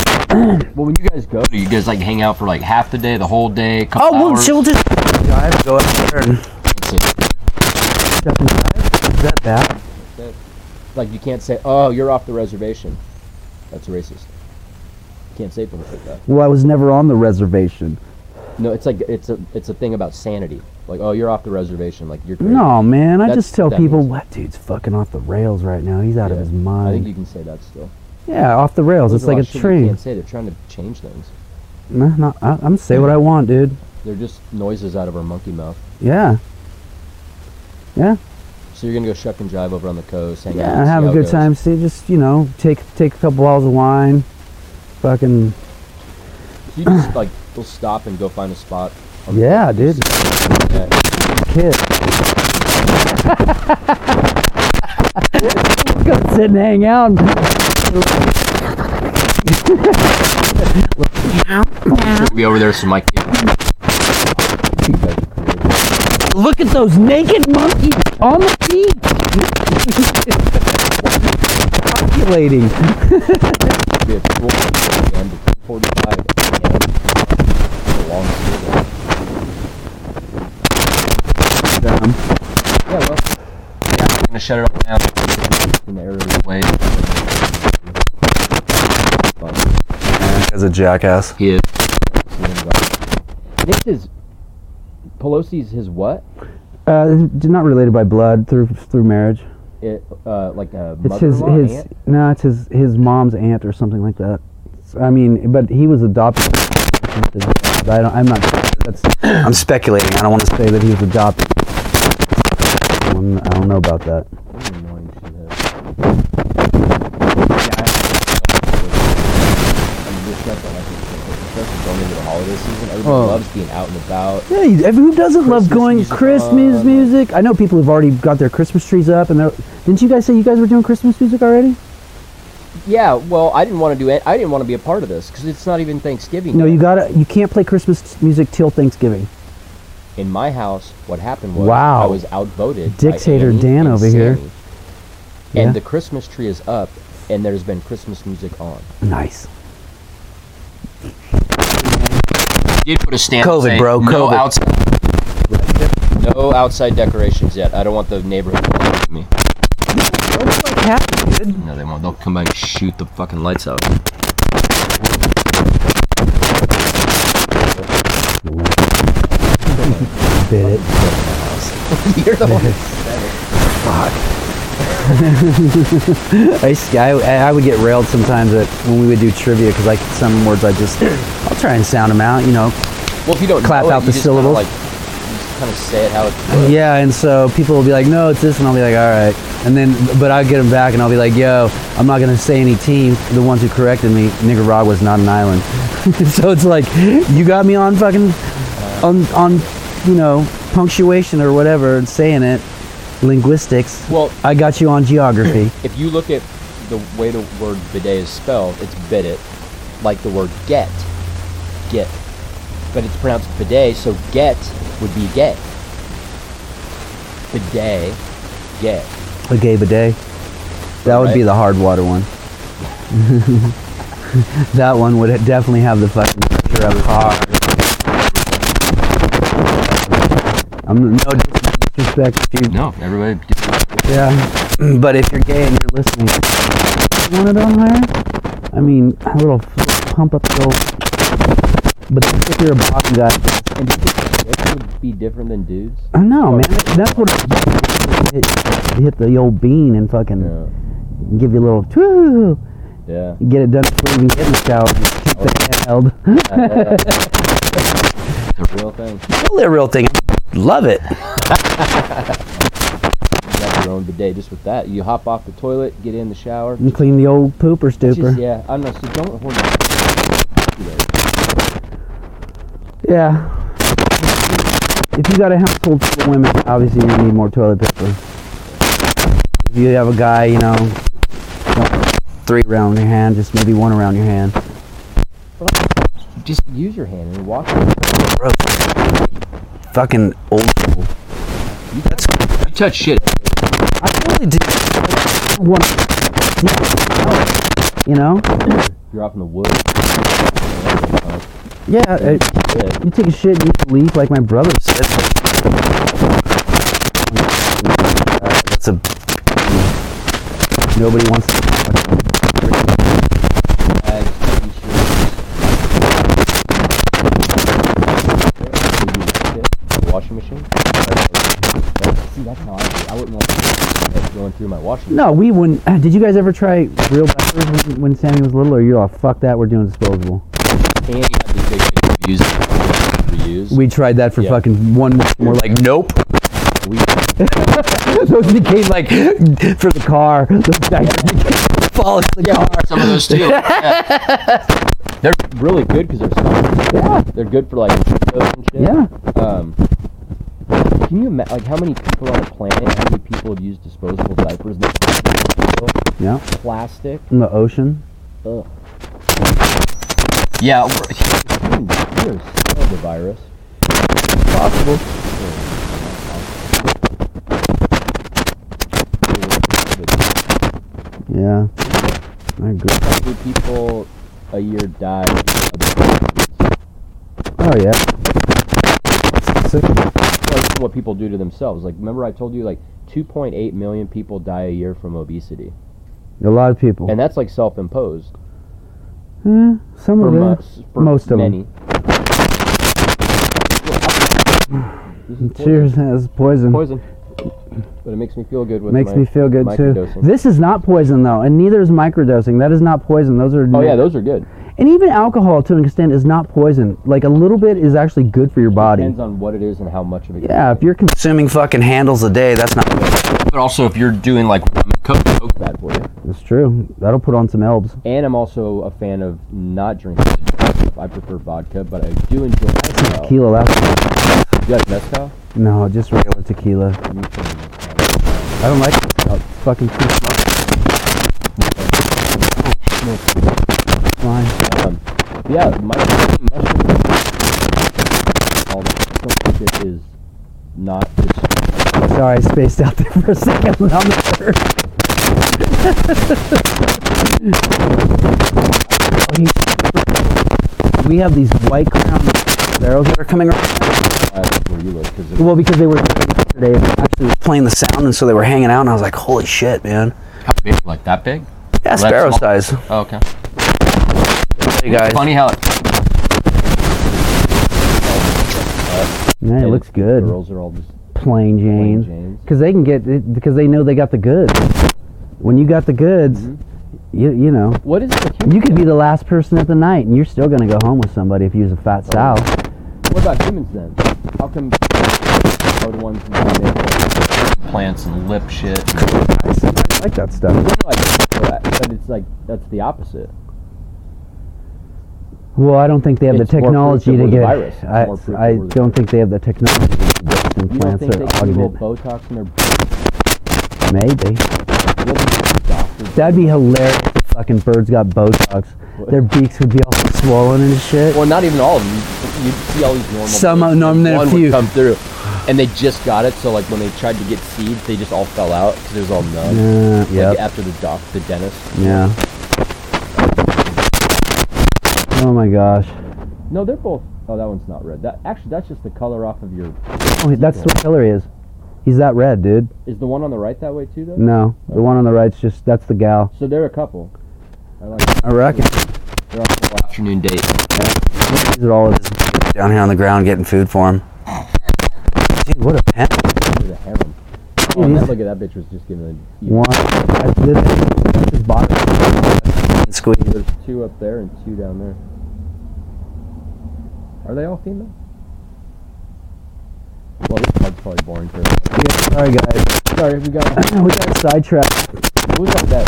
Well, when you guys go, Do you guys like hang out for like half the day, the whole day? Couple oh, we'll, hours? so we'll just drive, go up there, and Step and drive. Is that bad? like, you can't say, "Oh, you're off the reservation." That's racist. You can't say things like that. Well, I was never on the reservation. No, it's like it's a it's a thing about sanity. Like, "Oh, you're off the reservation." Like, you're crazy. No, man. I That's- just tell that people, means- what dude's fucking off the rails right now. He's out of Yeah. his I think you mind. can say that still. Yeah, off the rails. There's It's like lot a of shit You tree. can't say they're trying to change things. Nah, nah, I, I'm gonna say what I want, dude. They're just noises out of our monkey mouth. Yeah. Yeah. So you're gonna go shuck and jive over on the coast, hang out, Yeah. see have how a it good goes. time. See, just you know, take take a couple bottles of wine. Fucking You just like you'll stop and go find a spot. on the yeah, coast, dude. sit down, Kid. yeah. Go sit and hang out. be over there so my kid You guys are creative. Look at those naked monkeys on the beach. Populating. be at 12 a.m. to 10:45 a.m. It's a long season. them. Yeah, well, I'm gonna shut it all down in the area. way But As a jackass. he is. Nick is Pelosi's his what? Uh, d- not related by blood through through marriage. It uh, like a It's his mother-in-law, his aunt? no, it's his his mom's aunt or something like that. It's- I mean, but he was adopted. I don't, I'm not. That's I'm speculating. I don't want to say that he was adopted. I don't, I don't know about that. What an annoying shit is. I'm just not that like it's- especially going into the holiday season. Everybody Oh. loves being out and about. Yeah, you, every- who doesn't love Christmas going music Christmas on. music? I know people have already got their Christmas trees up, and they're. Didn't you guys say you guys were doing Christmas music already? Yeah, well, I didn't want to do it. I didn't want to be a part of this because it's not even Thanksgiving. No, yet. you gotta. You can't play Christmas music till Thanksgiving. in my house, what happened was Wow. I was outvoted. by Dictator Annie Dan and over here. Sammy, Yeah. And the Christmas tree is up, and there's been Christmas music on. Nice. Did put a stamp. COVID, saying bro, No COVID. outside. No outside decorations yet. I don't want the neighborhood to look at me. No, they won't. They'll come by and shoot the fucking lights out. Did it. You're the one. I, used to- I, I would get railed sometimes at when we would do trivia because like some words I just I'll try and sound them out, you know. Well, if you don't Clap know it, out you the just kinda, syllables. like, you just kind of say it how it. Yeah, and so people will be like, no, it's this, and I'll be like, all right, and then but I'll get them back and I'll be like, yo, I'm not gonna say any team. The ones who corrected me, Nicaragua's not an island, so it's like you got me on fucking on on you know punctuation or whatever and saying it linguistics. Well, I got you on geography. if you look at the way the word bidet is spelled, it's bidet, like the word get, get, but it's pronounced bidet, so get would be get, bidet, get. A gay bidet. That would be Right. the hard water one. that one would definitely have the fucking pressure of hard. I'm no disrespect to you. No, everybody. Yeah. But if you're gay and you're listening, you want it on there? I mean, a little f- pump up the old. But that's if you're a bottom guy, And do you think chicks would be different than dudes? I know, man. That's what it, hit, hit the old bean and fucking give you a little. Woo! Yeah. get it done before you even get in the shower. Just keep the hand held. The real thing. Totally a real thing. Love it. You got your own bidet just with that. You hop off the toilet, get in the shower. And clean the old pooper Just- stooper. yeah. yeah, I don't know. So don't hoard If you got a household full of women, obviously you need more toilet paper. If you have a guy, you know, three around your hand, just maybe one around your hand. Just use your hand and walk. Gross. Fucking old school. You touch shit. I totally do. One. You know? You're off in the woods. Yeah. uh, Yeah. you take a shit and you leave like my brother. That's a Nobody wants to. bags, t-shirts. The Washing machine. See, that's how I do. it. I wouldn't want to going through my washing. No, we wouldn't. uh, Did you guys ever try real diapers when, when Sammy was little? Or you're all, fuck that, we're doing disposable. machine. And you have these big, like, used- reused. We tried that for Yeah. fucking one more. we're like nope. We Those became like for the car. Those diapers became- fall in the car. Some of those too. Yeah. really good because they're soft. Yeah, They're good for like churros and shit. yeah. Um, can you imagine like how many people on the planet? How many people have used disposable diapers? Yeah. Plastic. In the ocean. Ugh. yeah. we're- Dude, we are still the virus. Possible. Yeah. I agree. How many people a year die? of Oh yeah. Sick. Like, what people do to themselves. Like, remember I told you like 2.8 million people die a year from obesity, A lot of people. and that's like self-imposed Eh, some for, of them. most, for Oh, Most of 'em. many. This is poison. Cheers, that's poison. Poison. But it makes me feel good with Makes my me feel good too. microdosing. This is not poison though, and neither is microdosing. That is not poison. Those are Oh yeah, those are good. and even alcohol to an extent is not poison. Like a little bit is actually good for your body. Depends on what it is and how much of it. Yeah, if you're con- Consuming fucking handles a day, that's not. But also, if you're doing like lemon coke, coke, bad for you. it's true. That'll put on some elbs. And I'm also a fan of not drinking. I prefer vodka, but I do enjoy mezcal. Tequila, that's You like mezcal? no, just regular tequila. I don't like oh, it's fucking too much. Fine. Um, yeah, my all that some shit is not just Sorry, I spaced out there for a second. but I'm not sure. Oh, he- we have these white crown barrels that are coming around. uh, where you live because Well, because they were yesterday. Actually, was playing the sound, and so they were hanging out, and I was like, "Holy shit, man!" how big? Like that big? Yeah, Well, that's sparrow small. size. Oh, okay. Hey guys, Funny how it Yeah, it looks good. Girls are all just Plain plain Jane. James. Because they can get it because they know they got the goods. When you got the goods, you you know What is the you could be the last person at the night, and you're still gonna go home with somebody if you use a fat sow. What about humans then? How come are the ones who do that? plants and lip shit. I like that stuff. Like, but it's like that's the opposite. Well, I don't think they have It's the more proof technology that to we're the get. virus. It's I, more proof I that we're the don't think they have the technology to get these You don't implants think they or can roll augment. Botox in their Maybe doctors? that'd be hilarious. If fucking birds got Botox. Their beaks would be all swollen and shit. Well, not even all of them. You'd see all these normal. Some birds, are- no, and there are one few. would come through, and they just got it. So like when they tried to get seeds, they just all fell out because it was all numb. Yeah. Like, Uh, Yep. After the doc, the dentist. Yeah. Oh my gosh. No, they're both. Oh, that one's not red. That actually, that's just the color off of your. Oh, that's what Hillary is. He's that red, dude. Is the one on the right that way too, though? No, the one on the right's just that's the gal. So they're a couple. I like. It. I reckon. They're on the left. Afternoon date. These are all. His, down here on the ground getting food for him. Dude, what a pen. There's a heron. Oh, Mm. and that, look at that bitch was just giving. A, one. I, this, this is bottom. Squeeze. There's two up there and two down there. Are they all female? Well, this part's probably boring for. Yeah, sorry guys. Sorry, we got. we got sidetracked. Who's on that?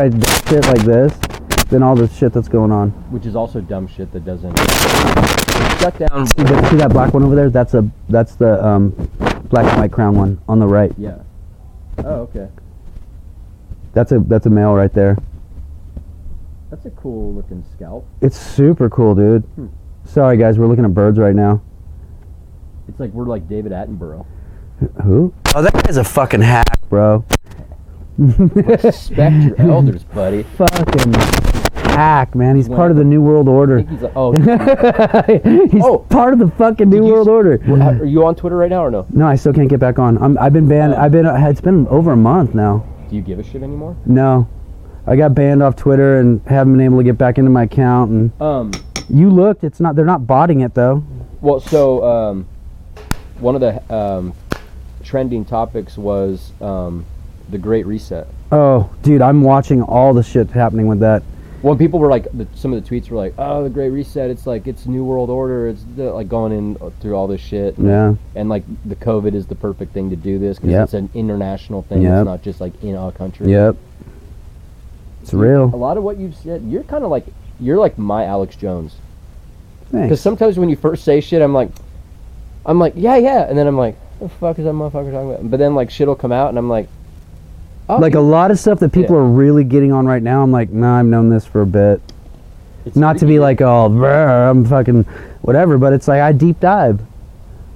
I did shit like this, then all this shit that's going on. Which is also dumb shit that doesn't. Shut down. See that, see that black one over there? That's a that's the um, black and white crown one on the right. Yeah. Oh, okay. That's a that's a male right there. That's a cool looking scalp. It's super cool, dude. Hmm. Sorry guys, we're looking at birds right now. It's like we're like David Attenborough. Who, Oh, that guy's a fucking hack. bro? Respect your elders, buddy. Fucking hack, man. He's Wow. part of the new world I order. think he's a, oh, He's Oh. part of the fucking new you world s- uh order. are you on Twitter right now or no? No, I still can't get back on. I'm, I've been Oh. banned. I've been. It's been over a month now. Do you give a shit anymore? No, I got banned off Twitter and haven't been able to get back into my account. And Um. you looked. It's not. They're not botting it though. Well, so um, one of the um, trending topics was um, the Great Reset. Oh, dude, I'm watching all the shit happening with that. when people were like the, some of the tweets were like oh the great reset it's like it's new world order it's the, like going in through all this shit Yeah. and like the covid is the perfect thing to do this because Yep. it's an international thing Yep. it's not just like in our country Yep. It's a real. lot of what you've said you're kind of like you're like my alex jones because Thanks. sometimes when you first say shit i'm like i'm like yeah yeah and then i'm like the fuck is that motherfucker talking about but then like shit will come out and i'm like oh, Like a lot of stuff that people Yeah. are really getting on right now. I'm like, nah, I've known this for a bit. it's Not to be like, oh, brr, I'm fucking whatever, but it's like I deep dive.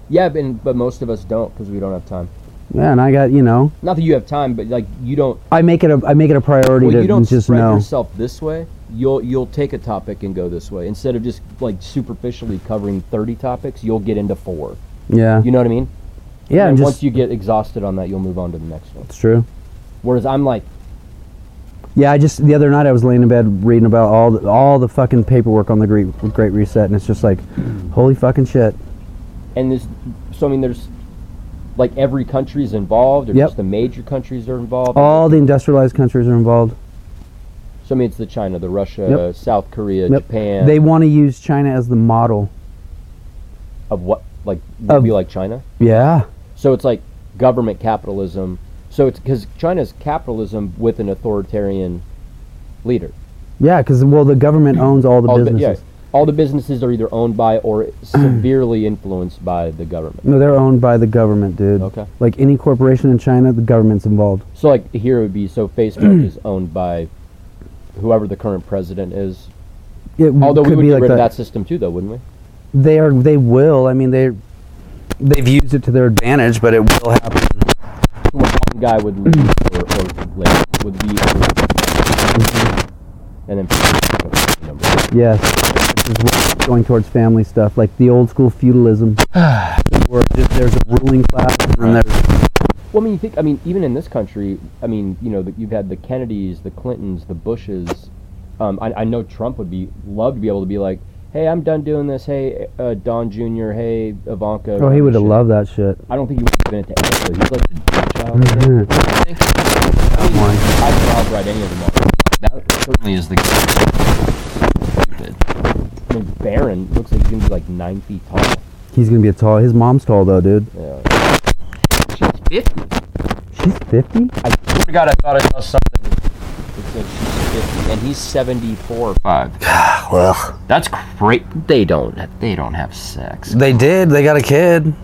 yeah but, but most of us don't because we don't have time Yeah, and I got you know, not that you have time but like you don't I make it a I make it a priority Well, to you don't just spread know. yourself this way. you'll you'll take a topic and go this way instead of just like superficially covering 30 topics you'll get into four Yeah. you know what i mean yeah. And and once just, you get exhausted on that you'll move on to the next one it's true. whereas i'm like Yeah, I just the other night I was laying in bed reading about all the, all the fucking paperwork on the Great Great Reset, and it's just like, holy fucking shit. and this so i mean there's like every country's involved or Yep. just the major countries are involved All the industrialized countries are involved. so i mean it's the china the russia Yep. south korea Yep. japan They want to use China as the model. of what like would Of- be like china Yeah. So it's like government capitalism. So it's because China's capitalism with an authoritarian leader. Yeah, because well, the government owns all the All the, businesses. yeah, all the businesses are either owned by or severely influenced by the government. No, they're owned by the government, dude. Okay. Like any corporation in China, the government's involved. So like here it would be so Facebook is owned by whoever the current president is. It w- Although we Mm, could would be get like rid of that. that system too, though, wouldn't we? They are. They will. I mean, they they've used it to their advantage, but it will happen. One guy would leave or, or like, would be, and then Yes. This is what- going towards family stuff, like the old school feudalism, where just there's a ruling class and then there's Well, I mean, you think, I mean, even in this country, I mean, you know, that you've had the Kennedys, the Clintons, the Bushes. Um, I, I know Trump would be love to be able to be like, hey, I'm done doing this. Hey, uh, Don Jr. Hey, Ivanka. oh, he would have shit." loved that shit. I don't think he would have been into any of those. He's like the Oh, child. I could outright any of them. all. That certainly is the. Stupid. I mean, Barron looks like he's gonna be like nine feet tall. He's gonna be a tall. His mom's tall though, dude. Yeah. She's fifty. She's fifty. Swear to God, I thought I saw something. It's like she's fifty, and he's seventy-four. Five. That's great. They don't. They don't have sex They did. They got a kid.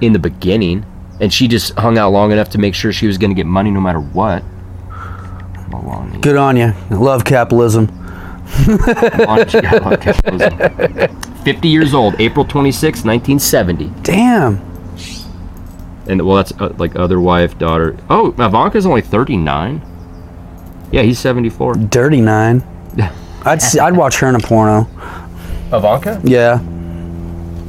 in the beginning, and she just hung out long enough to make sure she was going to get money no matter what. Maloney. Good on you. Love capitalism. Maloney, she got a lot of capitalism. Fifty years old, April 26, nineteen seventy, Damn. and well, that's uh, like other wife, daughter. Oh, Ivanka's only thirty-nine. Yeah, he's seventy-four. Dirty nine. I'd see, I'd watch her in a porno. Ivanka? Yeah.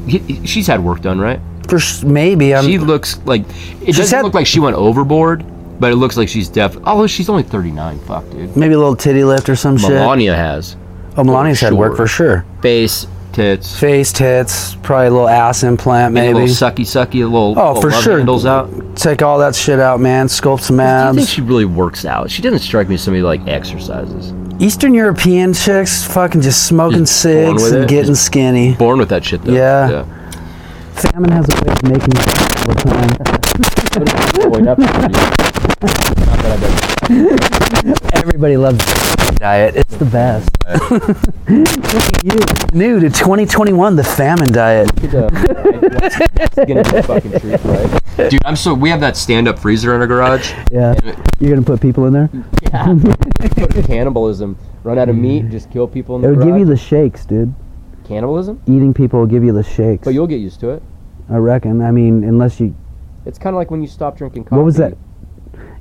He, he- she's had work done, right? For s- maybe I'm. she looks like it doesn't had- look like she went overboard, but it looks like she's deaf. Although she's only 39. Fuck, dude. maybe a little titty lift or some Melania has shit. Oh, Melania's had work for sure. face, tits, Face, tits, probably a little ass implant, maybe a maybe. little sucky, sucky, a little. Oh, little for love sure. Um, Handles out. Take all that shit out, man. Sculpt some Do you think abs. she really works out? She doesn't strike me as somebody who, like exercises. Eastern European chicks fucking just smoking Just born cigs with and it, getting just- skinny. Born with that shit though. Yeah. Famine has a way of making all the time. Boy, not that I've ever Everybody loves Diet. It's it's the best. you. New to 2021, the famine diet. could, uh, it's gonna be a fucking truth, right? yeah. Dude, I'm so we have that stand-up freezer in our garage. Yeah. You're gonna put people in there. cannibalism. Run out of meat, just kill people in It the would give you garage. the shakes, dude. cannibalism, Eating people will give you the shakes. but you'll get used to it. I reckon. I mean, unless you It's kind of like when you stop drinking coffee. What was that?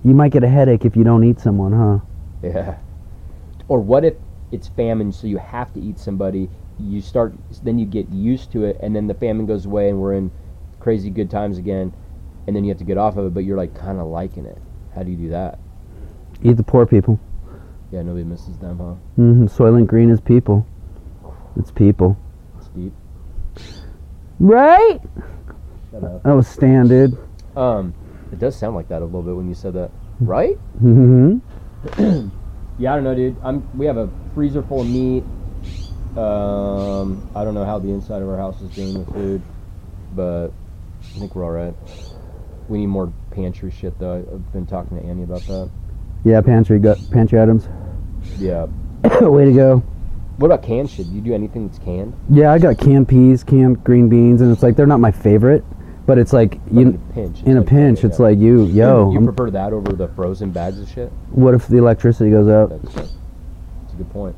You might get a headache if you don't eat someone, huh? Yeah. Or what if it's famine, so you have to eat somebody? You start, then you get used to it, and then the famine goes away, and we're in crazy good times again, and then you have to get off of it, but you're like kind of liking it. How do you do that? Eat the poor people. Yeah, nobody misses them, huh? hmm Soylent Green is people. It's people. It's deep. Right? Shut up. That was Stan, dude. Um, it does sound like that a little bit when you said that, right? hmm Yeah, I don't know, dude. I'm. We have a freezer full of meat. Um, I don't know how the inside of our house is doing with food, but I think we're all right. We need more pantry shit, though. I've been talking to Annie about that. Yeah, pantry gut, pantry items. Yeah. Way to go. What about canned shit? Do you do anything that's canned? Yeah, I got canned peas, canned green beans, and it's like they're not my favorite, but it's like Like you a pinch. in a like, pinch, okay, it's yeah. like you, yo, You I'm- prefer that over the frozen bags of shit? what if the electricity goes out? That's, that's a good point.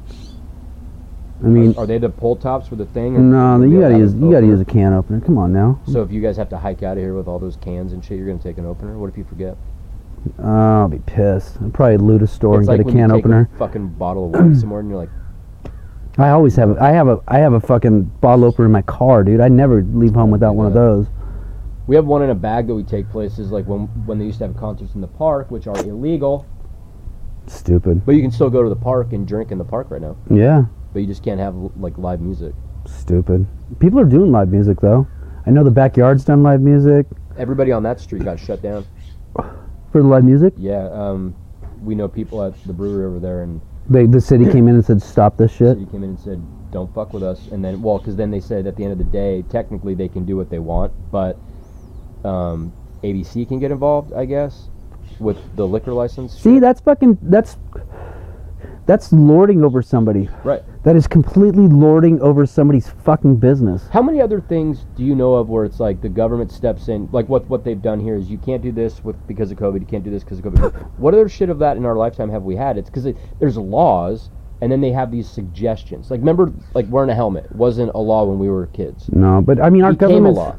I mean, are, are they the pull tops for the thing? or- no, or you do gotta have use an you gotta opener? use a can opener. Come on now. So if you guys have to hike out of here with all those cans and shit, you're gonna take an opener. What if you forget? Uh, I'll be pissed. I'll probably loot a store it's and like get a when you can take opener. A fucking bottle of wine somewhere, and you're like, I always have. I have a. I have a fucking bottle opener in my car, dude. I never leave home without one of Yeah. those. we have one in a bag that we take places, like when when they used to have concerts in the park, which are illegal, Stupid. but you can still go to the park and drink in the park right now. Yeah. But you just can't have like live music. Stupid. People are doing live music though. I know the backyard's done live music Everybody on that street got shut down. for the live music. Yeah, um, we know people at the brewery over there, and They the city came in and said stop this shit. City came in and said, "Don't fuck with us." And then, well, because then they said at the end of the day, technically they can do what they want, but um, ABC can get involved, I guess, with the liquor license. See, shit. that's fucking. That's that's lording over somebody. right? That is completely lording over somebody's fucking business. How many other things do you know of where it's like the government steps in? Like what what they've done here is you can't do this with because of COVID, you can't do this because of COVID. what other shit of that in our lifetime have we had? It's because it, there's laws, and then they have these suggestions. Like remember, like wearing a helmet wasn't a law when we were kids. No, but I mean our Became a government. law.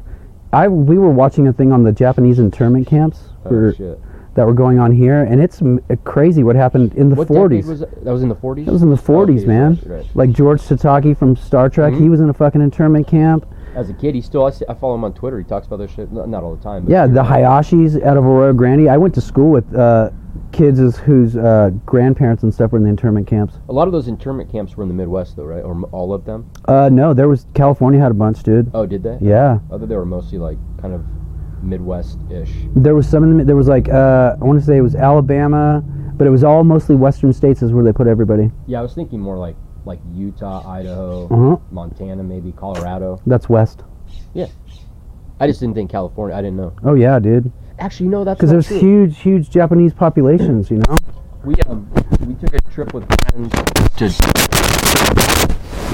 I we were watching a thing on the Japanese internment camps Oh, for, shit. that were going on here, and it's m- uh, crazy what happened in the What decade forties. was that? That was in the 40s? That was in the 40s, Okay, man. right, Hmm? right. Like George Sataki from Star Trek, he was in a fucking internment camp. As a kid, he still, I, see, I follow him on Twitter. He talks about this shit, not, not all the time. But Yeah, the Hayashis out of Arroyo Grande. I went to school with uh, kids is, whose uh, grandparents and stuff were in the internment camps. A lot of those internment camps were in the Midwest, though, right? Or m- all of them? Uh, no, there was California had a bunch, dude. Oh, did they? Yeah, I thought they were mostly like kind of Midwest ish. there was some. In the, there was like uh, I want to say it was Alabama, but it was all mostly Western states is where they put everybody. Yeah, I was thinking more like like Utah, Idaho, Uh-huh. Montana, maybe Colorado. That's West. I just didn't think California. I didn't know. Oh yeah, dude. Actually, no, that's Because not there's true. huge, huge Japanese populations, you know. We um, we took a trip with friends, To,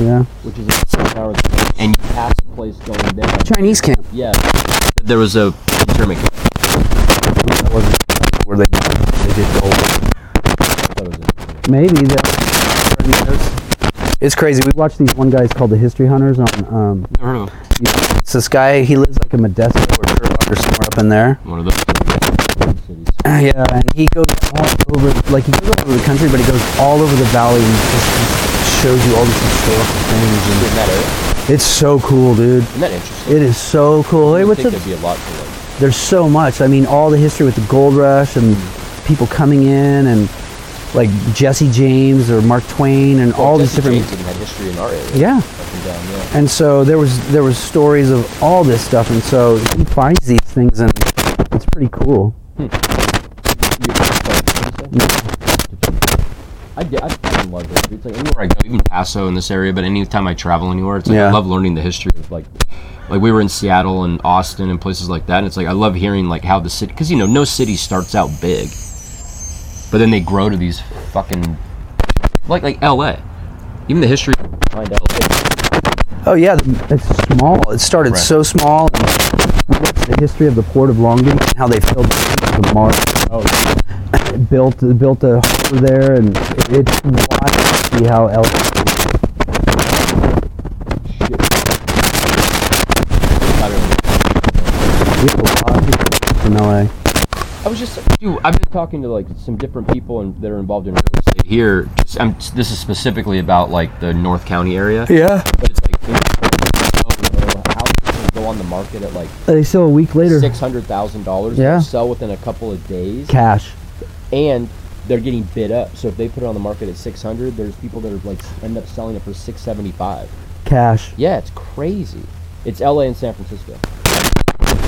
Yeah. which is a an hour and past the place going down. Chinese camp. Yeah, there was a internment camp. That wasn't where they they did the whole- I thought it was in- Maybe that It's crazy. We we watch these one guys called the History Hunters on. Um, Never heard of it's this guy. He lives like like a Modesto. or Turlock or somewhere up in there. one of those. cities. Yeah, and he goes all over, like he goes all over the country, but he goes all over the valley and just shows you all these historical things. Isn't that it? And it's so cool, dude. Isn't that interesting? It is so cool. Hey, I what's think up? there'd be a lot to learn. There's so much. I mean, all the history with the gold rush and people coming in and like Jesse James or Mark Twain and all these Jesse different. James didn't have history in our area. Yeah. Up and down, yeah. and so there was there was stories of all this stuff and so he finds these things and it's pretty cool You- sorry, what did you say? I, di- I fucking love this. It's like anywhere Where I go, even Paso in this area, but anytime I travel anywhere, it's like I Yeah. love learning the history of like, like we were in Seattle and Austin and places like that. And it's like I love hearing like how the city, because you know, no city starts out big, but then they grow to these fucking, like like L.A. Even the history. I find out. Oh yeah, it's small. It started Right. so small, and the history of the port of long beach and how they filled the mark built built a harbor there and it, it's wild to see how el Shit. Not really. we have a lot of people from la I was just, dude. I've been talking to like some different people and that are involved in real estate. here just- I'm, this is specifically about like the north county area yeah, but it's like Oh, houses that go on the market at like they sell a week later six hundred thousand dollars. Yeah. Sell within a couple of days, cash and they're getting bid up. So if they put it on the market at six hundred, there's people that are like end up selling it for six seventy five. cash Yeah, it's crazy. It's LA and San Francisco.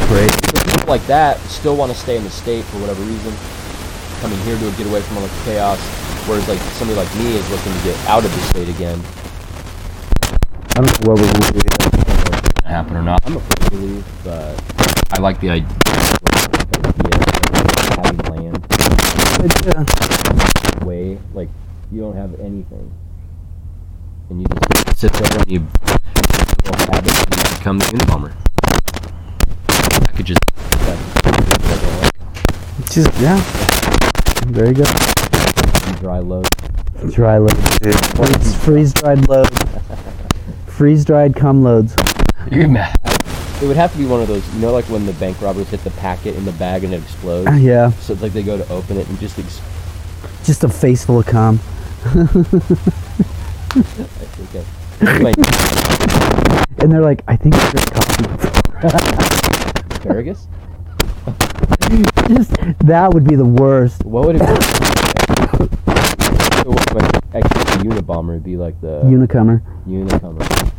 crazy So people like that still want to stay in the state for whatever reason, coming here to get away from all the chaos. Whereas like somebody like me is looking to get out of the state again. i don't know what we're gonna do yet. gonna happen or not I'm afraid to leave, but i like the idea yeah, having land But, uh, yeah. way like you don't have anything, and you just it sits over and you don't have it. You just become the Unabomber. i could just It's just yeah, very good have dry load. dry load dude. freeze dried load freeze dried cum loads you're mad It would have to be one of those, you know, like when the bank robbers hit the packet in the bag and it explodes. Yeah, So it's like they go to open it and just ex- just a face full of cum. okay. My And they're like, I think I drink coffee. asparagus? Just that would be the worst. What would it be? So what would my- actually, the Unabomber would be like the Unicummer. Unicomber.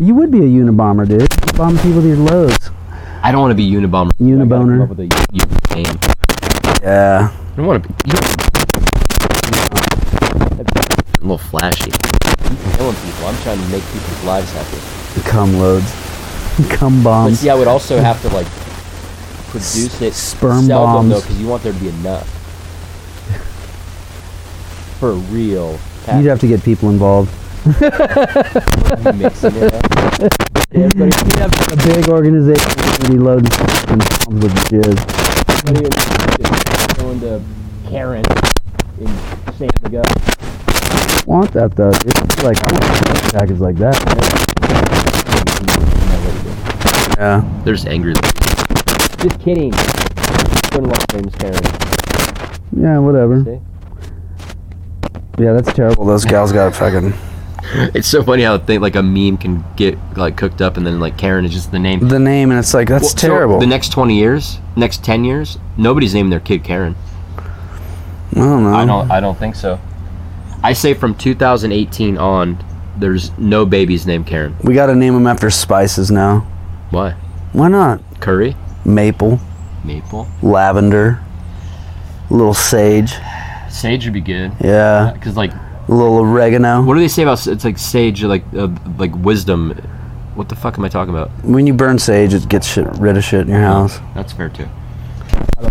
You would be a Unabomber, dude. You bomb people with your loads. I don't want to be Unabomber. I gotta come up Uniboner. with a You name. Yeah. I don't want to be. You don't- a little flashy. killing people. I'm trying to make people's lives happen. Cum loads. Cum But bombs. see, I would also have to like produce it, sperm sell them though, bombs. because you want there to be enough for real. You'd have to get people involved. to mixing it up. Everybody, A big organization would be loading cum bombs with jizz. everybody would just going to Karen in San Diego. Want that though? It's like I want a package like that. Yeah. There's angry. Just kidding. Wouldn't want name's Karen. Yeah, whatever. See? Yeah, that's terrible. Well, those gals got fucking. It's so funny how thing like a meme can get like cooked up, and then like Karen is just the name. The name, and it's like, that's Well, so terrible. the next 20 years, next 10 years, nobody's naming their kid Karen. I don't know. I don't. I don't think so. I say from 2018 on, there's no babies named Karen. We gotta name them after spices now. Why? Why not? Curry, Maple, maple, lavender, a little sage. sage would be good. Yeah. Because like, A little oregano. what do they say about s- it's like sage or like uh, like wisdom? What the fuck am I talking about? When you burn sage, it gets shit, rid of shit in your house. That's fair too.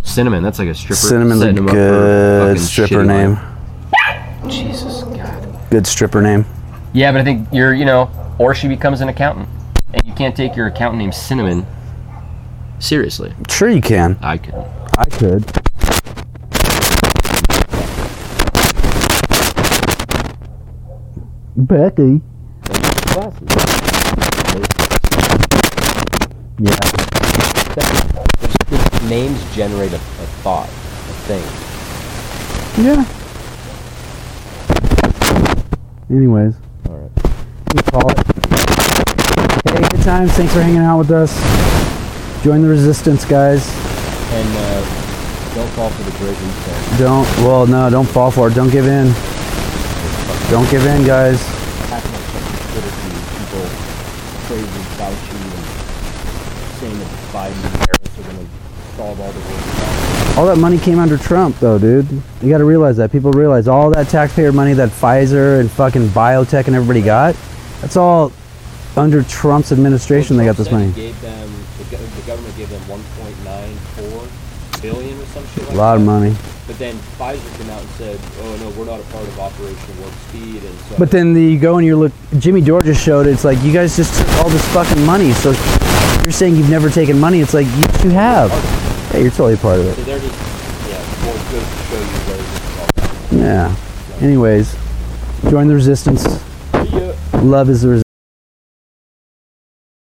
Cinnamon. That's like a stripper. Cinnamon's a setting 'em up for good fucking stripper shitty name. life. Jesus God. Good stripper name. Yeah, but I think you're you know, or she becomes an accountant, and you can't take your accountant named Cinnamon seriously. Sure, you can. I could. I could. Becky. Glasses. Yeah. Names generate a, a thought, a thing. Yeah. Anyways. All right. we call it. Hey, good times. Thanks for hanging out with us. Join the resistance, guys. And uh, don't fall for the great reset. Don't. Well, no, don't fall for it. Don't give in. Don't give in, guys. Half my fucking Twitter feed, people praising Fauci and saying that Biden and Harris are going to solve all the world's problems. All that money came under Trump, though, dude. You got to realize that. People realize all that taxpayer money that Pfizer and fucking biotech and everybody got. That's all under Trump's administration. They got this money. Gave them, the, go- the government gave them 1.94 billion or some shit like A lot of that. money. But then Pfizer came out and said, "Oh no, we're not a part of Operation Warp Speed." And so But then the, you go and you look. Jimmy Dore just showed it. It's like you guys just took all this fucking money. So you're saying you've never taken money? It's like you, you have. Yeah, you're totally part of so it. they're just yeah, more good to show you where this Yeah. Anyways, join the resistance. is all. about. See ya. Love is the resistance.